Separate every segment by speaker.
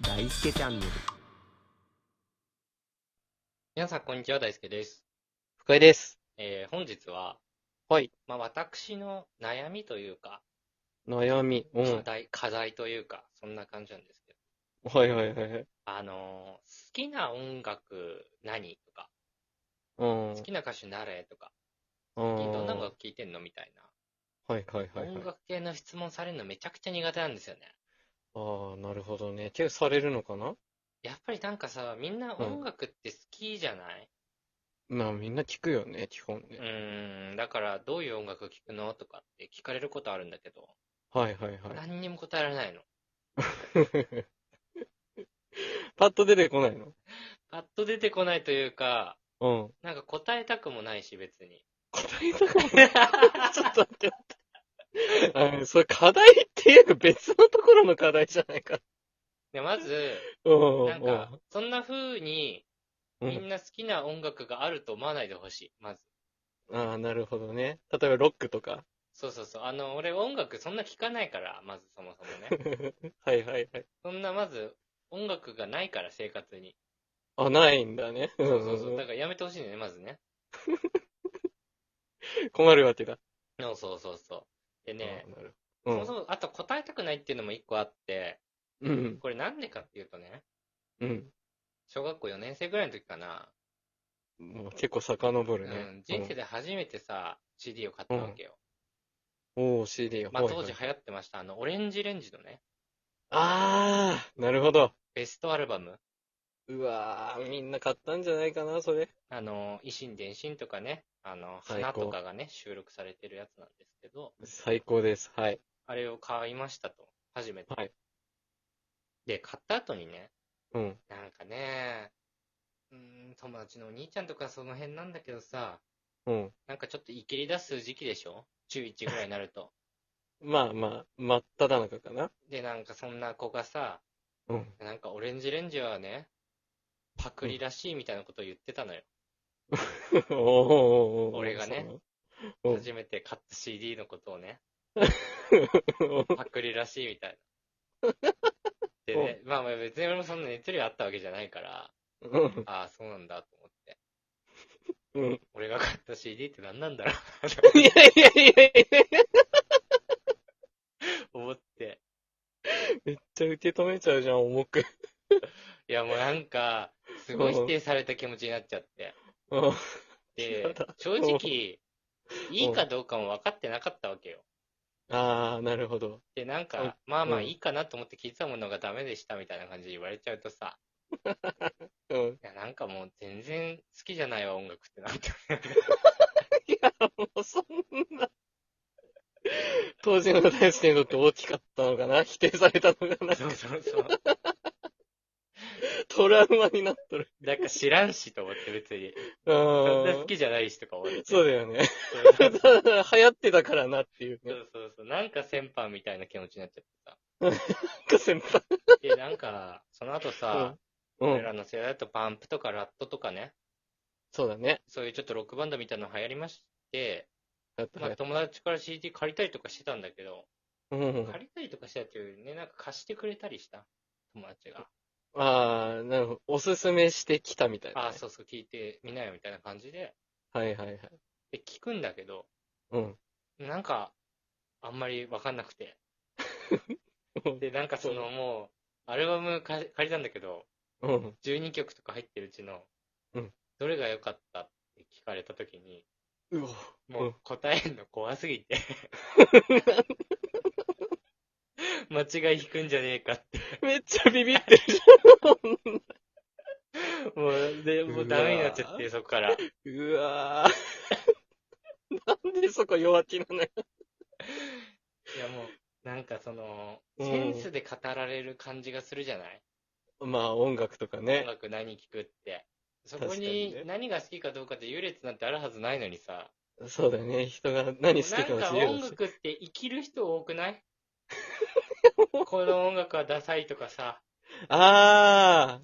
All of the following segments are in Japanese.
Speaker 1: 大輔チャンネル
Speaker 2: 皆さん、こんにちは。大輔です。
Speaker 3: 深井です。
Speaker 2: えー本日は、
Speaker 3: はい。
Speaker 2: まあ、私の悩みというか、
Speaker 3: 悩み。うん。
Speaker 2: 課題、課題というか、そんな感じなんですけど、
Speaker 3: はいはいはいはい。
Speaker 2: あのー好きな音楽何とか、
Speaker 3: うん。
Speaker 2: 好きな歌手誰とか、
Speaker 3: うん。
Speaker 2: どんな音楽聴いてんのみたい
Speaker 3: はいはい
Speaker 2: な、
Speaker 3: はいはい
Speaker 2: 音。楽系の質問されるのめちゃくちゃ苦手なんですよね。
Speaker 3: ああ、なるほどね。手されるのかな
Speaker 2: やっぱりなんかさ、みんな
Speaker 3: うん
Speaker 2: 音楽って好きじゃない、
Speaker 3: まあみんな聞くよね、基本
Speaker 2: う
Speaker 3: ね。
Speaker 2: ーん、だからどういう音楽聴くのとかって聞かれることあるんだけど、
Speaker 3: はいはいは
Speaker 2: 何にも答えられないの。
Speaker 3: い。 パッと出てこ ないの
Speaker 2: パッと出てこないというか、
Speaker 3: うん。
Speaker 2: なんか答えたくもないし、別 に。
Speaker 3: 答えたかも。ちょっと待って。あのそれ課題っていうか別のところの課題じゃないか。
Speaker 2: で、まず、
Speaker 3: うん。
Speaker 2: なんか、そんな風に、
Speaker 3: う
Speaker 2: み
Speaker 3: ん。
Speaker 2: んな好きな音楽があると思わないでほしい、まず。
Speaker 3: ああ、なるほどね。例えばロックとか。
Speaker 2: そうそうそう。あの、俺音楽そんな聴かないから、まずそもそ もね。
Speaker 3: はいはいはい。
Speaker 2: そんな、まず、音楽がないから、生活に。
Speaker 3: あ、ないんだね。そ
Speaker 2: そうそうそう。だからやめてほしいね、まずね。
Speaker 3: 困るわけだ。
Speaker 2: そうそうそうそう。でね
Speaker 3: あ、なる
Speaker 2: そ
Speaker 3: ほど
Speaker 2: もそも、あと答えたくないっていうのも一個あって、
Speaker 3: うん。うん。
Speaker 2: これなんでかっていうとね、
Speaker 3: うん。
Speaker 2: 小学校4年生ぐらいの時かな、
Speaker 3: もう結構遡
Speaker 2: う
Speaker 3: るね
Speaker 2: ん、。人生で初めてさ、CD を買ったわけよ。
Speaker 3: うん。おー、CD を。
Speaker 2: まあ
Speaker 3: はいは
Speaker 2: 当
Speaker 3: い
Speaker 2: 時流行ってました、あの、オレンジレンジのね、
Speaker 3: あー、なるほど。
Speaker 2: ベストアルバム。
Speaker 3: うわー、みんな買ったんじゃないかな、それ。
Speaker 2: あの、維新伝心とかね、あの、
Speaker 3: 最高
Speaker 2: 花とかがね、収録されてるやつなんですけど、
Speaker 3: 最高です。はい。
Speaker 2: あれを買いましたと、初めて。
Speaker 3: はい。
Speaker 2: で、買った後にね、
Speaker 3: うん。
Speaker 2: なんかね、うーん、友達のお兄ちゃんとかその辺なんだけどさ、
Speaker 3: うん。
Speaker 2: なんかちょっとイキり出す時期でしょ中1ぐらいになると。
Speaker 3: まあまあ、真っ只中かな。
Speaker 2: で、なんかそんな子がさ、
Speaker 3: うん。
Speaker 2: なんかオレンジレンジはね、パクリらしいみたいなことを言ってたのよ。
Speaker 3: おーおーおー
Speaker 2: 俺がね。
Speaker 3: そうなの
Speaker 2: 初めて買った CD のことをね、
Speaker 3: うん。
Speaker 2: パクリらしいみたい な。でね、まあまあ別に俺もそんな熱量あったわけじゃないから、
Speaker 3: うん
Speaker 2: ああ、そうなんだと思って。
Speaker 3: うん。
Speaker 2: 俺が買った CD って何なんだろうなと
Speaker 3: いやいやいやいや
Speaker 2: 思って。
Speaker 3: めっちゃ受け止めちゃうじゃん、重く。
Speaker 2: いやもうなんか、すごい否定された気持ちになっちゃって。
Speaker 3: うん。
Speaker 2: で、正直、いいかどうかも分かってなかったわけよ。
Speaker 3: あー、なるほど。
Speaker 2: で、なんか、まあまあいいかなと思って聞いてたものがダメでしたみたいな感じで言われちゃうとさ、
Speaker 3: うん。
Speaker 2: いやなんかもう全然好きじゃないわ音楽ってな って。
Speaker 3: いや、もうそんな、当時の大輔にとって大きかったのかな否定されたのかな
Speaker 2: そうそうそう。
Speaker 3: トラウマになっとる。
Speaker 2: なんか知らんしと思って別に。
Speaker 3: う
Speaker 2: そんなん好。きじゃないしとか思って。
Speaker 3: そうだよね。
Speaker 2: そ
Speaker 3: た
Speaker 2: う
Speaker 3: だ流行ってたからなっていうね。
Speaker 2: そうそう。なんか先般みたいな気持ちになっちゃっ
Speaker 3: なんか先輩。
Speaker 2: てさ。で、なんか、その後さ、
Speaker 3: う
Speaker 2: 俺
Speaker 3: ん。
Speaker 2: らの世代だとパンプとかラットとかね、
Speaker 3: そうだね。
Speaker 2: そういうちょっとロックバンドみたいなの流行りまして、
Speaker 3: だって
Speaker 2: まあ友達から CD 借りたりとかしてたんだけど、
Speaker 3: うん。
Speaker 2: 借りたりとかしたっていうね、なんか貸してくれたりした友達が。
Speaker 3: ああ、なるほど。おすすめしてきたみたいな
Speaker 2: あ
Speaker 3: ね。
Speaker 2: あ、そうそう、聞いてみなよみたいな感じで、
Speaker 3: はいはいはい。
Speaker 2: で、聞くんだけど、
Speaker 3: うん。
Speaker 2: なんか、あんまりわかんなくて。
Speaker 3: うん
Speaker 2: で、なんかそのもう、アルバムか借りたんだけど、
Speaker 3: うん。
Speaker 2: 12曲とか入ってるうちの、
Speaker 3: うん
Speaker 2: どれが良かったって聞かれたときに、
Speaker 3: うお。
Speaker 2: もう答えるの怖す ぎて。間違い引くんじゃねえかって。
Speaker 3: めっちゃビビってるじ
Speaker 2: もう、で、もうダメになっちゃって、そこから。
Speaker 3: ゃん。うわー なんでそこ弱気なのよ。
Speaker 2: いやもう、なんかその、
Speaker 3: うん
Speaker 2: センスで語られる感じがするじゃない
Speaker 3: まあ音楽とか
Speaker 2: 音
Speaker 3: ね。
Speaker 2: 楽何聴くって。そこ
Speaker 3: 確かに
Speaker 2: に
Speaker 3: ね
Speaker 2: 何が好きかどうかって優劣なんてあるはずないのにさ。
Speaker 3: そうだよね。人が何好き
Speaker 2: なん
Speaker 3: かを
Speaker 2: か
Speaker 3: 自由
Speaker 2: 音
Speaker 3: だし。
Speaker 2: 楽って生きる人多くない この音楽はダサいとかさ、
Speaker 3: あ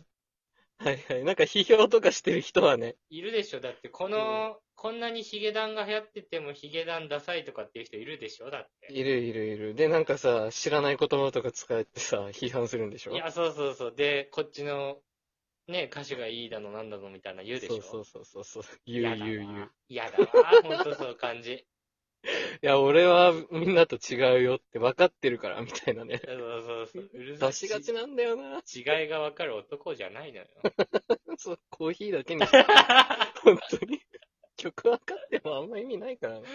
Speaker 3: あ。はいはい。なんか批評とかしてる人はね。
Speaker 2: いるでしょだってこの、こんなにヒゲダンが流行っててもヒゲダンダサいとかっていう人いるでしょだって。
Speaker 3: いるいるいる。で、なんかさ、知らない言葉とか使ってさ、批判するんでしょ
Speaker 2: いや、そうそうそう。で、こっちの、ね、歌手がいいだの、なんだの、みたいな言うでしょ
Speaker 3: そうそうそうそうそう。言う言う言う。。
Speaker 2: 嫌だわ。ほんとそう感じ。
Speaker 3: いや、俺はみんなと違うよって分かってるから、みたいなね。
Speaker 2: そうそう そう。うるさい
Speaker 3: 出しがちなんだよな。
Speaker 2: 違いがわかる男じゃないのよ。
Speaker 3: そう、コーヒーだけにして。本当に。 曲分かってもあんま意味ないからね。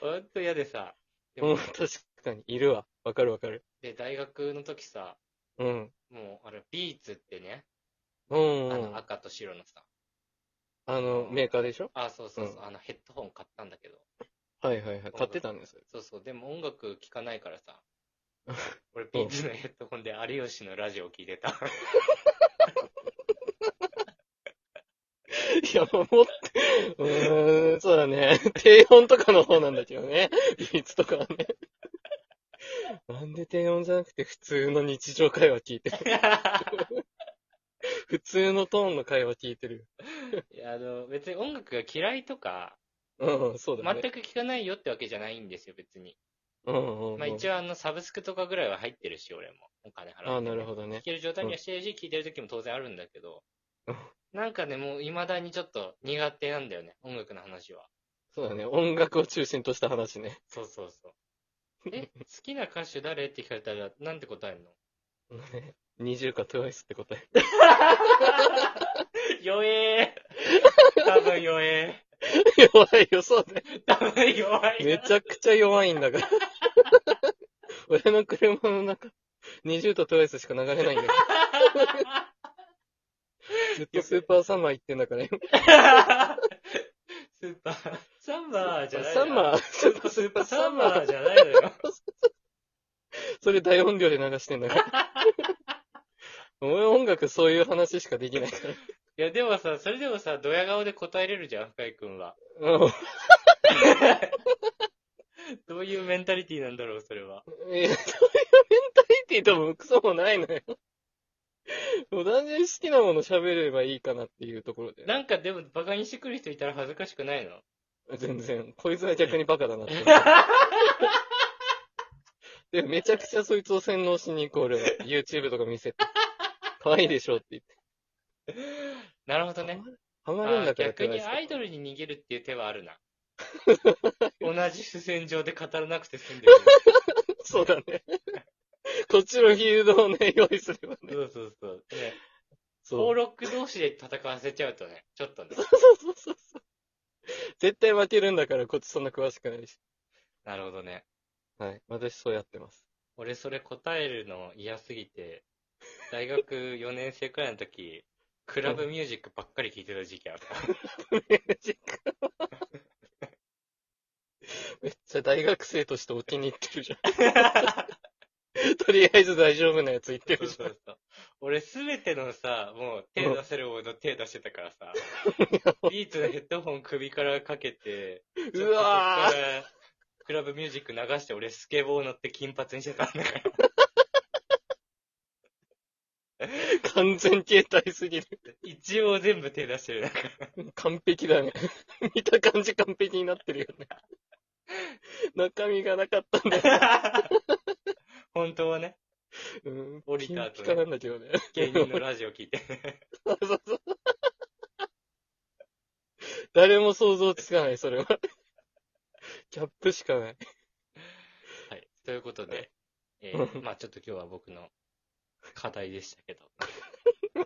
Speaker 2: ほんと嫌でさ。で
Speaker 3: う
Speaker 2: も
Speaker 3: ん、、確かに。いるわ。分かる分かる。
Speaker 2: で、大学の時さ、
Speaker 3: うん。
Speaker 2: もう、あれ、ビーツってね、
Speaker 3: うん、
Speaker 2: あ
Speaker 3: う
Speaker 2: の、
Speaker 3: ん。
Speaker 2: 赤と白のさ、
Speaker 3: あの、メーカーでしょ
Speaker 2: あ、そうそうそうう、あの、ヘッドホン買ったんだけど、
Speaker 3: はいはいはい。買ってたんですよ。
Speaker 2: そうそう、でも音楽聴かないから さ、俺、ビーツのヘッドホンで有吉のラジオ聞いてた。
Speaker 3: いや、もう、うーん、そうだね。 低音とかの方なんだけどね。 ビーツとかはね。 なんで低音じゃなくて普通の日常会話聞いてる。 普通のトーンの会話聞いてる。
Speaker 2: いや、あの、別に音楽が嫌いとか、
Speaker 3: うん、そうだね。
Speaker 2: 全く聴かないよってわけじゃないんですよ、別に。
Speaker 3: うんうんうん。
Speaker 2: まあ一応、あの、サブスクとかぐらいは入ってるし、俺も。お金払って、
Speaker 3: ああ、なるほど
Speaker 2: 聞
Speaker 3: ね。
Speaker 2: ける状態にはしてるし、聞いてる時も当然あるんだけど
Speaker 3: うん、
Speaker 2: なんかね、もう未だにちょっと苦手なんだよね、音楽の話は。
Speaker 3: そうだね。音楽を中心とした話ね。
Speaker 2: そうそうそう。え、好きな歌手誰って聞かれたら、なんて答えんの
Speaker 3: 二重か TWICE って答え。
Speaker 2: 弱えー。多分弱え
Speaker 3: 弱いよ、そう だね。
Speaker 2: ー。多分弱いな。
Speaker 3: めちゃくちゃ弱いんだから。 俺の車の中、二重と TWICE しか流れないんだから。ずっとスーパーサマー行ってんだから、今。
Speaker 2: スーパー、サンバーじゃない
Speaker 3: サマー、スーパースーパー
Speaker 2: サ
Speaker 3: サ
Speaker 2: ン
Speaker 3: マ
Speaker 2: バ
Speaker 3: ー
Speaker 2: ー。じゃないのよ。
Speaker 3: それ大音量で流してんだから。 俺音楽そういう話しかできないか
Speaker 2: いや、でもさ、それでもさ、ドヤ顔で答えれるじゃん、深井くんは。
Speaker 3: ら。うん。
Speaker 2: どういうメンタリティなんだろう、それは。
Speaker 3: えー、そういうメンタリティともクソもないのよ。もう単純に好きなもの喋ればいいかなっていうところで。
Speaker 2: なんかでも、バカにしてくる人いたら恥ずかしく ないの
Speaker 3: 全然。こいつは逆にバカだなって。 でもめちゃくちゃそいつを洗脳しに行こう、俺は。YouTube とか見せて。可愛いでしょって言って。
Speaker 2: なるほどね。
Speaker 3: ハマるんだから
Speaker 2: あー逆にアイド
Speaker 3: ル。
Speaker 2: ルに逃げるっていう手はあるな。同じ主戦場で語らなくて済んでる。
Speaker 3: そうだね。こっちのフィールドをね、用意すればね。
Speaker 2: そうそうそう。ね、
Speaker 3: そ
Speaker 2: 登
Speaker 3: う。
Speaker 2: 録同士で戦わせちゃうとね、ちょっとね。
Speaker 3: そうそうそうそう。 絶対負けるんだから、こっちそんな詳しくないし。
Speaker 2: なるほどね。
Speaker 3: はい。私そうやってます。
Speaker 2: 俺それ答えるの嫌すぎて、大学4年生くらいの時、クラブミュージックばっかり聴いてた時期あった。
Speaker 3: めっちゃ大学生としてお気に入ってるじゃん。 とりあえず大丈夫なやつ言って
Speaker 2: そう
Speaker 3: るじ
Speaker 2: そうそう。俺すべてのさ、もう手出せるもの手出してたからさ、
Speaker 3: ゃ
Speaker 2: ビーツのヘッドホン首からかけて、
Speaker 3: ん。うわ
Speaker 2: ちょっとそっからクラブミュージック流して俺スケボー乗って金髪にしてたんだ から。
Speaker 3: ぁ完全携帯すぎる。
Speaker 2: 一応全部手出して る。なんか
Speaker 3: 完璧だね。見た感じ完璧になってるよね。中身がなかったん だよ。
Speaker 2: 本当はね、
Speaker 3: うん。
Speaker 2: 降りた
Speaker 3: ピ
Speaker 2: 後ね
Speaker 3: ンピカなんだけどね。
Speaker 2: 芸人のラジオ聞いて。
Speaker 3: そうそうそう 誰も想像つかない、それは。キャップしかない。
Speaker 2: はい。ということ
Speaker 3: はい
Speaker 2: で、え ー、まあちょっと今日は僕の課題でしたけど、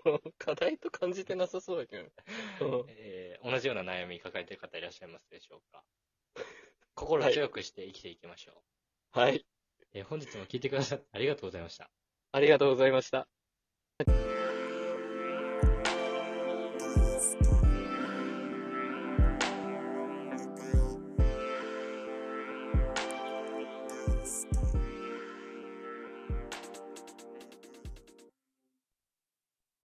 Speaker 3: もう課題と感じてなさそうだけどね。
Speaker 2: えー同じような悩み抱えてる方いらっしゃいますでしょう か。心を強くして生きていきましょう。
Speaker 3: うん。はい。
Speaker 2: えー本日も聞いてくださってありがとうございました。
Speaker 3: ありがとうございました。